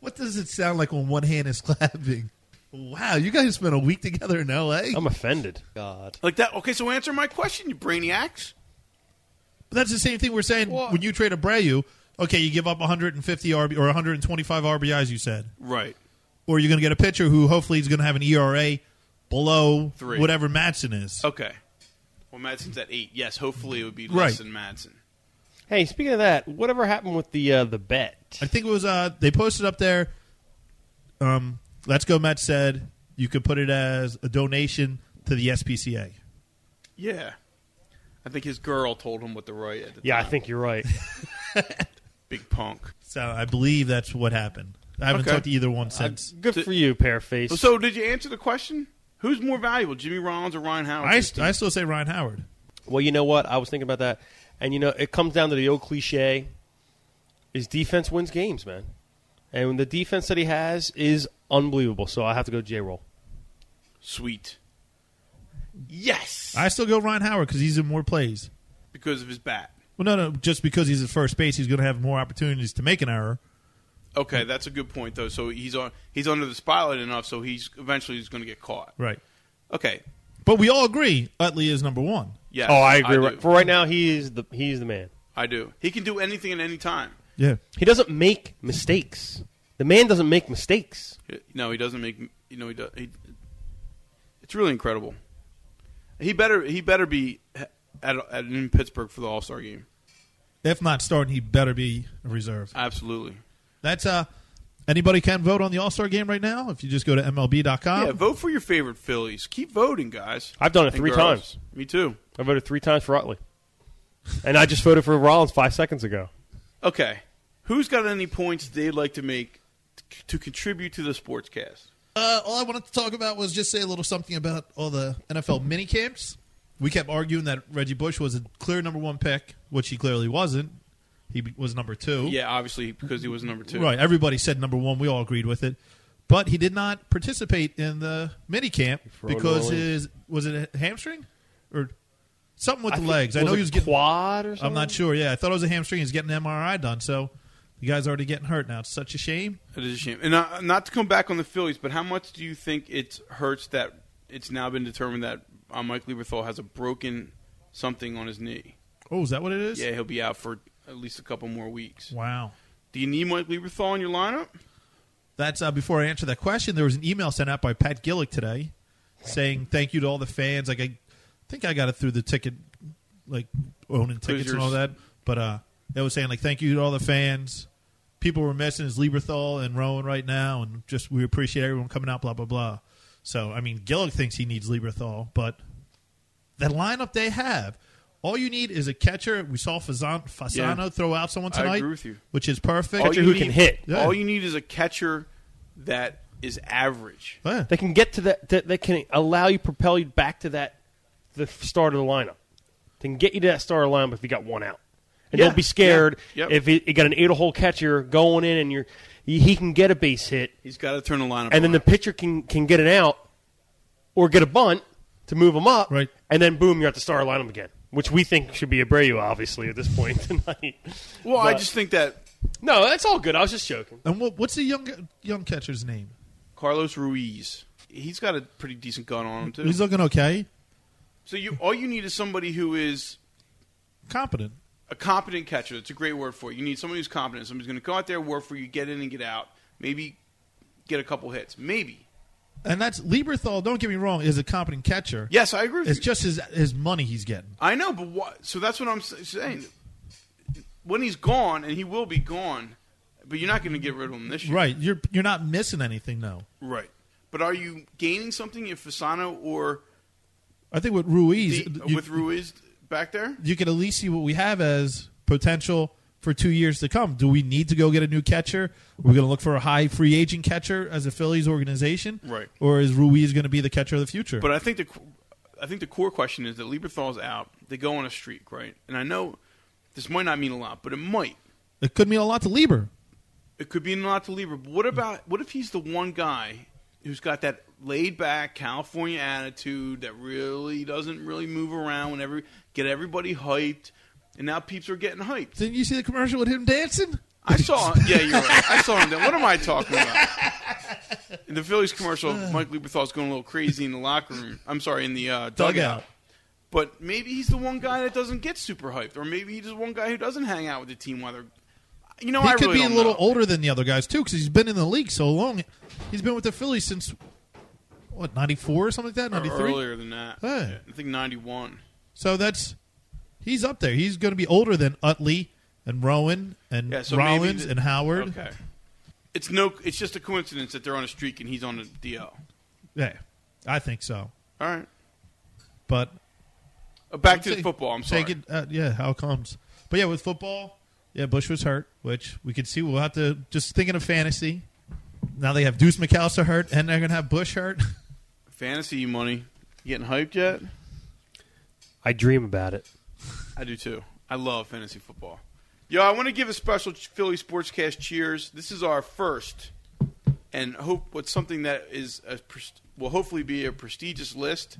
C: What does it sound like when one hand is clapping? Wow, you guys spent a week together in L.A.
A: Um,
B: I'm offended. God.
A: Like that. Okay, so answer my question, you brainiacs.
C: That's the same thing we're saying when you trade Abreu. Okay, you give up 150 RB or 125 RBIs. You said,
A: Right.
C: or you're going to get a pitcher who hopefully is going to have an ERA below
A: Three. Oh.
C: whatever Matson is.
A: Okay. Well, Madsen's at eight. Yes, hopefully it would be less
C: Right.
A: than Madsen.
B: Hey, speaking of that, whatever happened with the uh, the bet?
C: I think it was uh they posted up there. Um, let's go Mets said you could put it as a donation to the SPCA.
A: Yeah. I think his girl told him what the right at the
B: Yeah, I
A: time.
B: think you're right.
A: Big punk.
C: So I believe that's what happened. I haven't
A: Okay.
C: talked to either one since.
B: Good
A: So-
B: for you, Pearface.
A: So did you answer the question? Who's more valuable, Jimmy Rollins or Ryan Howard?
C: I, I still say Ryan Howard.
B: Well, you know what? I was thinking about that, and you know, it comes down to the old cliche: is defense wins games, man. And the defense that he has is unbelievable. So I have to go J roll.
A: Sweet. Yes.
C: I still go Ryan Howard because he's in more plays.
A: because of his bat.
C: Well, no, no, just because he's at first base, he's going to have more opportunities to make an error.
A: Okay, that's a good point though. So he's on he's under the spotlight enough so he's eventually he's going to get caught.
C: Right.
A: Okay.
C: But we all agree Utley is number one.
A: Yes.
B: oh, I agree. right-
A: do.
B: For right now, he is the he's the man.
A: I do. He can do anything at any time.
C: Yeah.
B: He doesn't make mistakes. The man doesn't make mistakes.
A: No, he doesn't make you know he does he, It's really incredible. He better he better be at, at in Pittsburgh for the All-Star game.
C: If not starting, he better be a reserve.
A: Absolutely.
C: That's uh anybody can vote on the All Star game right now if you just go to MLB.com.
A: Yeah, vote for your favorite Phillies. Keep voting, guys.
B: I've done it
A: And
B: three
A: girls.
B: times.
A: Me too.
B: I voted three times for Utley, and I just voted for Rollins five seconds ago.
A: Okay. Who's got any points they'd like to make t- to contribute to the sportscast?
C: Uh, all I wanted to talk about was just say a little something about all the NFL mini camps. We kept arguing that Reggie Bush was a clear number one pick, which he clearly wasn't. He be- was number two.
A: Yeah, obviously because he was number two.
C: Right. Everybody said number one. We all agreed with it. But he did not participate in the mini camp
B: Frodo
C: because
B: Williams.
C: his was it a hamstring or something with the
B: think-
C: legs. I
B: was
C: know
B: it
C: he was getting.
B: quad or something.
C: I'm not sure. Yeah, I thought it was a hamstring. He's getting an MRI done. So the guy's already getting hurt now. It's such a shame.
A: It is a shame. And uh, not to come back on the Phillies, but how much do you think it hurts that it's now been determined that uh, Mike Lieberthal has a broken something on his knee?
C: Oh, is that what it is?
A: Yeah, he'll be out for at least a couple more weeks.
C: Wow.
A: Do you need Mike Lieberthal in your lineup?
C: That's uh, before I answer that question. There was an email sent out by Pat Gillick today, saying thank you to all the fans. Like I think I got it through the ticket, like owning tickets and
A: yours?
C: all that. But uh, they was saying like thank you to all the fans. People were missing is Lieberthal and Rowan right now, and just we appreciate everyone coming out. Blah blah blah. So I mean, Gillick thinks he needs Lieberthal, but the lineup they have, all you need is a catcher. We saw Fasano, Fasano
A: Yeah.
C: throw out someone
A: I
C: tonight,
A: agree with you.
C: which is perfect.
A: All you
B: who can
A: need-
B: hit.
C: Yeah.
A: All you need is a catcher that is average.
C: Yeah.
B: They can get to that. That they can allow you propel you back to that the f- start of the lineup. They can get you to that start of the lineup if you got one out, and
A: Yeah,
B: don't be scared
A: yeah, yep.
B: if it, you got an eight-hole catcher going in and you're he, he can get a base hit,
A: He's got to turn the lineup.
B: and then
A: on.
B: the pitcher can can get an out or get a bunt to move him up,
C: Right.
B: And then boom, you're at the start lineup again, which we think should be Abreu, obviously, at this point tonight.
A: Well, I
B: But-
A: just think that
B: no, that's all good. I was just joking.
C: And what, what's the young young catcher's name?
A: Carlos Ruiz, he's got a pretty decent gun on him too.
C: He's looking okay,
A: so you all you need is somebody who is
C: competent.
A: a competent catcher. That's a great word for it. You need somebody who's competent. Somebody's going to go out there, work for you, get in and get out. Maybe get a couple hits. Maybe.
C: And that's Lieberthal. Don't get me wrong, is a competent catcher.
A: Yes, I agree. With
C: It's
A: you.
C: just his his money he's getting.
A: I know, but what? So that's what I'm s- saying. When he's gone, and he will be gone, but you're not going to get rid of him this year,
C: Right. You're you're not missing anything though.
A: Right. But are you gaining something in Fasano or
C: I think with Ruiz,
A: the-
C: you,
A: with Ruiz back there?
C: you can at least see what we have as potential for two years to come. Do we need to go get a new catcher? Are we going to look for a high free agent catcher as a Phillies organization?
A: Right.
C: Or is Ruiz going to be the catcher of the future?
A: But I think the I think the core question is that Lieberthal's out. They go on a streak, right? And I know this might not mean a lot, but it might.
C: it could mean a lot to Lieber.
A: It could be not to Lieber. But what about what if he's the one guy who's got that laid back California attitude that really doesn't really move around when every get everybody hyped, and now peeps are getting hyped.
C: Didn't you see the commercial with him dancing?
A: I saw. Yeah, you're right. I saw him. Then what am I talking about? In the Phillies commercial, Mike Lieberthal's going a little crazy in the locker room. I'm sorry, in the uh, dugout.
C: Dugout.
A: But maybe he's the one guy that doesn't get super hyped, or maybe he's the one guy who doesn't hang out with the team while they're. You know,
C: He
A: I
C: could
A: really
C: be a
A: don't
C: little
A: know.
C: older than the other guys too, because he's been in the league so long. He's been with the Phillies since what ninety four or something like that,
A: Or
C: ninety three.
A: earlier than that.
C: Hey.
A: I think 91.
C: So that's he's up there. He's going to be older than Utley and Rowan and
A: Yeah, so maybe
C: Rollins
A: the-
C: and Howard.
A: Okay. It's no it's just a coincidence that they're on a streak and he's on a DL. All
C: Yeah, I think so.
A: right.
C: But
A: Uh, Back to
C: Take-
A: football, I'm sorry.
C: take it, uh, yeah, how it comes. But yeah, with football, yeah, Bush was hurt, which we could see. We'll have to just thinking of fantasy. Now they have Deuce McAllister hurt, and they're going to have Bush hurt.
A: Fantasy money. You getting hyped yet?
B: I dream about it.
A: I do too. I love fantasy football. Yo, I want to give a special ch- Philly Sportscast cheers. This is our first, and hope what's something that is a, pres- will hopefully be a prestigious list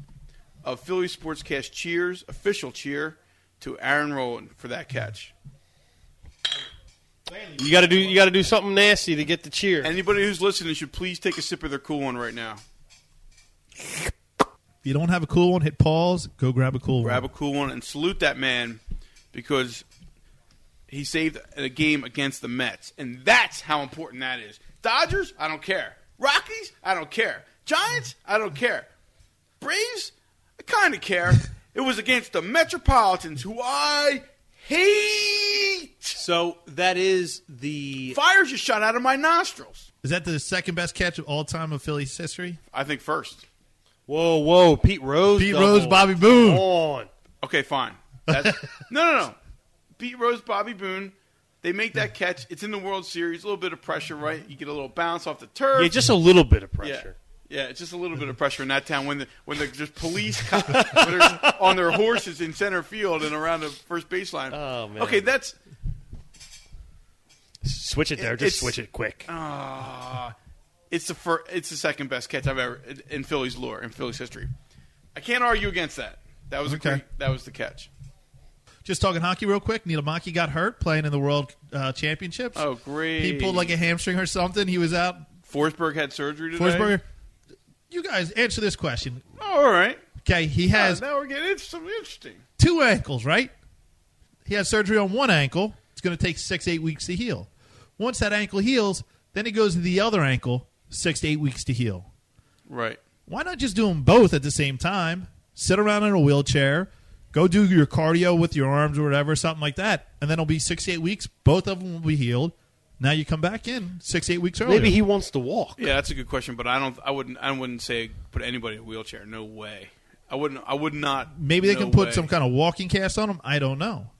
A: of Philly Sportscast cheers, official cheer to Aaron Rowland for that catch.
B: You got to do. You got to do something nasty to get the cheer.
A: Anybody who's listening should please take a sip of their cool one right now.
C: if you don't have a cool one, hit pause. Go grab a cool
A: grab a
C: one.
A: cool one and salute that man because he saved a game against the Mets, and that's how important that is. Dodgers, I don't care. Rockies, I don't care. Giants, I don't care. Braves, I kind of care. it was against the Metropolitans, who I hate.
D: So that is the
A: Fire just shot out of my nostrils.
C: Is that the second best catch of all time of Phillies history?
A: I think first.
B: Whoa, whoa, Pete Rose.
C: Pete
B: double.
C: Rose, Bobby Boone.
B: Come
A: Oh.
B: on.
A: Okay, fine. That's, no, no, no. Pete Rose, Bobby Boone. They make that catch. It's in the World Series. A little bit of pressure, right? You get a little bounce off the turf.
B: Yeah, just a little bit of
A: yeah.
B: pressure.
A: Yeah, it's just a little bit of pressure in that town when the, when the, there's police cops when there's on their horses in center field and around the first baseline.
B: Oh, man.
A: Okay, that's
B: Switch it there.
A: It-
B: Just
A: it's-
B: switch it quick.
A: it's the fir- it's the second best catch I've ever in- in Phillies lore in Phillies history. I can't argue against that. That was a
C: Okay.
A: great, that was the catch.
C: Just talking hockey real quick. Neil Mackey got hurt playing in the World uh, Championships.
A: Oh, great!
C: He pulled like a hamstring or something. He was out.
A: Forsberg had surgery today.
C: Forsberger, you guys answer this question.
A: Oh, all right.
C: Okay, he
A: Yeah,
C: has
A: now we're getting it's some interesting.
C: two ankles, right? He had surgery on one ankle. It's going to take six, eight weeks to heal. Once that ankle heals, then he goes to the other ankle, six to eight weeks to heal.
A: Right.
C: Why not just do them both at the same time? Sit around in a wheelchair, go do your cardio with your arms or whatever, something like that, and then it'll be six, eight weeks. Both of them will be healed. Now you come back in six, eight weeks earlier.
B: Maybe he wants to walk.
A: Yeah, that's a good question, but I don't. I wouldn't. I wouldn't say put anybody in a wheelchair. No way. I wouldn't. I would not.
C: Maybe they
A: no
C: can put
A: way.
C: some kind of walking cast on him. I don't know.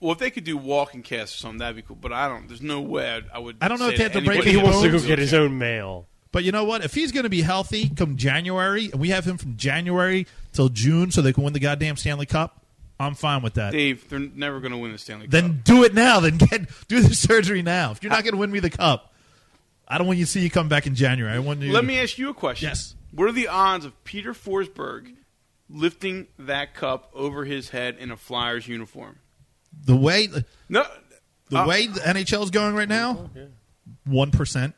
A: Well, if they could do walking casts or something, that'd be cool. But I don't. There's no way. I'd, I would.
C: I don't know
A: say
C: if they have
A: that
C: to break
A: anybody
B: Maybe
A: in a
B: he wants to go
A: wheelchair-
B: get his own mail.
C: But you know what? If he's going to be healthy come January, and we have him from January till June so they can win the goddamn Stanley Cup, I'm fine with that.
A: Dave, they're never going to win the Stanley Cup.
C: Then do it now. Then get do the surgery now. If you're not going to win me the cup, I don't want you to see you come back in January. I want you.
A: Let me ask you a question.
C: Yes.
A: What are the odds of Peter Forsberg lifting that cup over his head in a Flyers uniform.
C: The way
A: No, uh,
C: the
B: Uh,
C: way the NHL is going right now, one percent.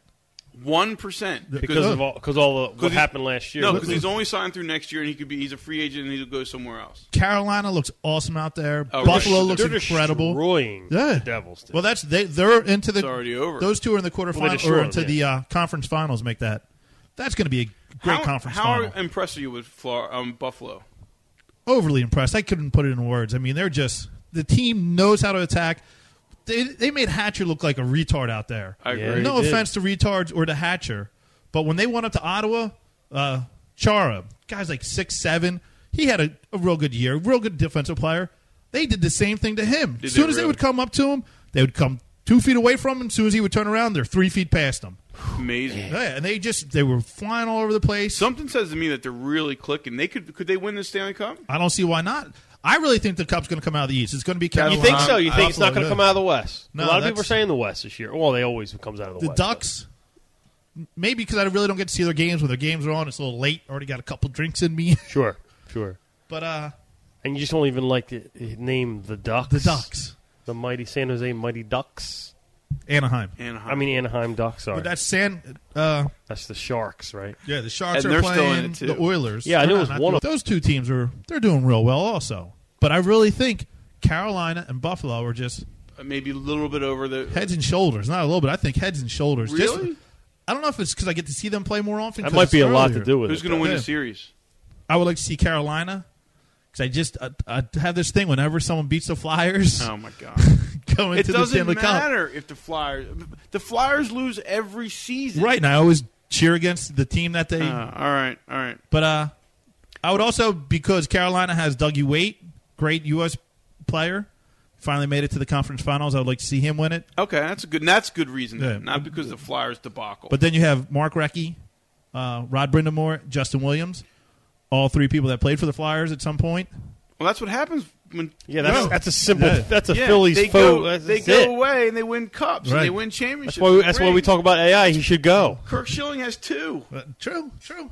A: one percent
B: because of all because all the, what
A: he-
B: happened last year.
A: No,
B: But-
A: because he's only signed through next year, and he could be—he's a free agent, and he'll go somewhere else.
C: Carolina looks awesome out there.
A: Oh,
C: Buffalo
A: right.
C: looks
B: they're
C: incredible.
B: destroying
C: Yeah.
B: the Devils.
C: Well, that's they. They're into the.
A: It's already over.
C: Those two are in the quarterfinals
B: Well, they
C: or
B: destroyed
C: into
B: them,
C: the uh, conference finals. Make that. That's going to be a great
A: how,
C: conference
A: How
C: final.
A: impressed are you with Flor- um, Buffalo?
C: Overly impressed. I couldn't put it in words. I mean, they're just the team knows how to attack. They they made Hatcher look like a retard out there.
A: I
B: Yeah.
A: agree.
B: They
C: no
B: did.
C: offense to retards or to Hatcher, but when they went up to Ottawa, uh, Chara, guys like six seven, he had a, a real good year, real good defensive player. They did the same thing to him.
A: Did
C: as soon
A: they
C: as they
A: really?
C: would come up to him, they would come two feet away from him. As soon as he would turn around, they're three feet past him.
A: Amazing.
C: Yeah, and they just they were flying all over the place.
A: Something says to me that they're really clicking. They could could they win the Stanley Cup?
C: I don't see why not. I really think the cup's going to come out of the east. It's going to be
A: You
B: you
C: Carolina.
B: think so? You think it's not going to
C: Buffalo,
B: come out of the West?
C: No,
B: a lot of people
C: that's-
B: are saying the West this year. Well, they always it comes out of the,
C: the
B: West.
C: Ducks. Maybe because I really don't get to see their games when their games are on. It's a little late. Already got a couple drinks in me,
B: Sure, sure.
C: but uh,
B: And you just don't even like the the name the Ducks.
C: the Ducks,
B: the mighty San Jose Mighty Ducks.
C: Anaheim.
A: Anaheim.
B: I mean Anaheim Ducks are.
C: But
B: That's,
C: that's San. Uh,
B: the Sharks, right?
C: yeah, the Sharks
A: And
C: are
A: they're still
C: playing
A: in it, too.
C: the Oilers.
B: Yeah, I
C: They're
B: knew it
C: not-
B: was
C: not
B: one
C: doing-
B: of-
C: those two teams are they're doing real well also. But I really think Carolina and Buffalo are just
A: maybe a little bit over the.
C: heads and shoulders. Not a little bit. I think heads and shoulders. Just-
A: Really?
C: I don't know if it's because I get to see them play more often.
B: That
C: 'cause
B: might
C: it's
B: be a lot
C: earlier.
B: to do with
A: Who's
B: it.
A: going to
B: though.
A: win the
C: Yeah.
A: series?
C: I would like to see Carolina because I just I, I have this thing whenever someone beats the Flyers,
A: Oh my god!
C: going
A: it
C: to the
A: doesn't
C: Stanley Cup.
A: matter if the Flyers the Flyers lose every season.
C: Right, and I always cheer against the team that they.
A: Uh, all right. All right.
C: But uh, I would also because Carolina has Dougie Waite, great U.S. player, finally made it to the conference finals. I would like to see him win it.
A: Okay, that's a good. That's good reason.
C: Yeah.
A: Not because the Flyers debacle.
C: But then you have Mark Recchi, uh, Rod Brindamore, Justin Williams, all three people that played for the Flyers at some point.
A: well, that's what happens when
B: Yeah, that's,
C: No.
B: that's a simple.
C: Yeah.
B: That's a
A: yeah,
B: Phillies
A: they
B: faux.
A: go,
B: that's
A: they
B: it.
A: go away and they win cups and they
C: Right.
A: win championships.
B: That's why. We, that's why we
A: Rings.
B: talk about AI. He should go.
A: Kirk Schilling has two.
C: Uh, true, true.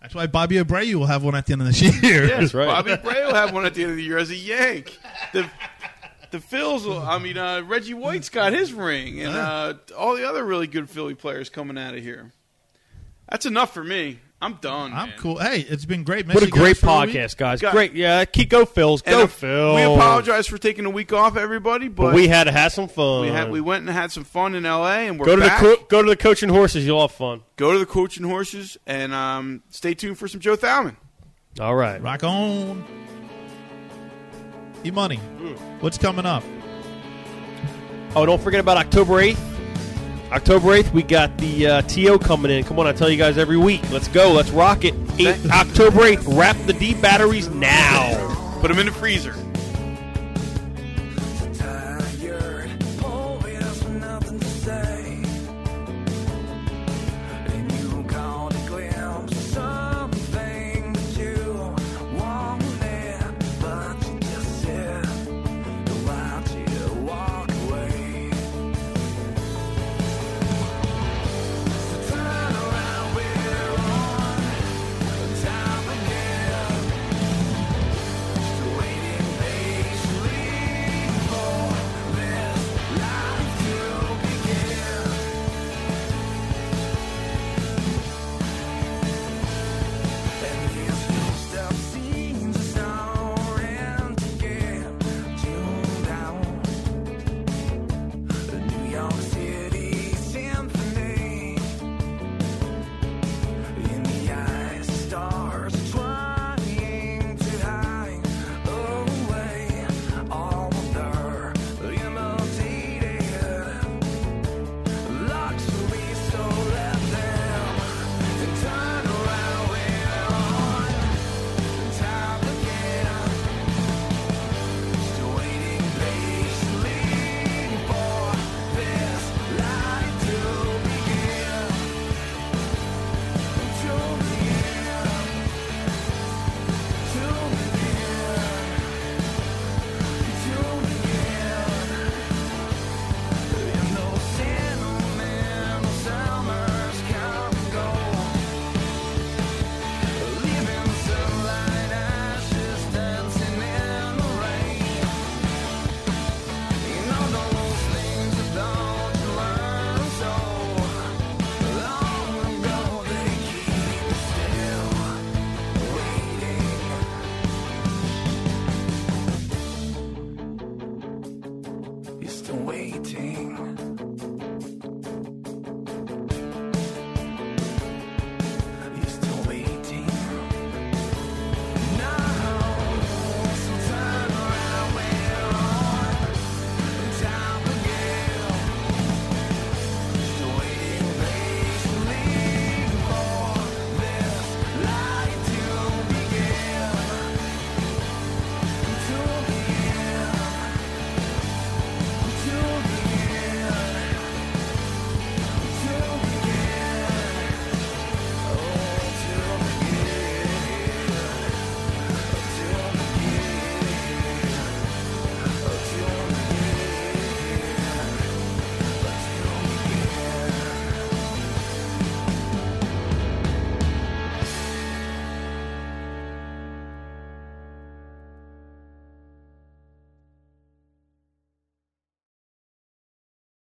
C: That's why Bobby Abreu will have one at the end of this year.
A: Yes,
B: right.
A: Bobby Bray will have one at the end of the year as a Yank. The the Phils, will, I mean uh, Reggie White's got his ring, and uh, all the other really good Philly players coming out of here. That's enough for me. I'm done.
C: I'm
A: man.
C: cool. Hey, it's been great.
B: What a
C: Missing you
B: great
C: guys for a week.
B: podcast, guys.
A: Guys.
B: Great. Yeah, keep go, Phils.
A: And
B: Go,
A: uh,
B: Phil.
A: We apologize for taking a week off, everybody, but,
B: But we had to have some fun.
A: we had we went and had some fun in L.A. and we're
B: go to
A: back.
B: the co- go to the coaching horses. You'll have fun.
A: go to the coach and horses, and um, stay tuned for some Joe Thauman.
B: All right.
C: Rock on. E money. What's coming up?
B: Oh, don't forget about October 8th. October 8th, we got the uh, TO coming in. Come on, I tell you guys every week. Let's go. Let's rock it. Eight, October 8th, wrap the D batteries now.
A: Put him in the freezer.
E: tired. Always with nothing to say. And you caught a glimpse of something that you wanted, but you just said, allowed you to walk away. So turn around, we're on time again. So waiting there. team.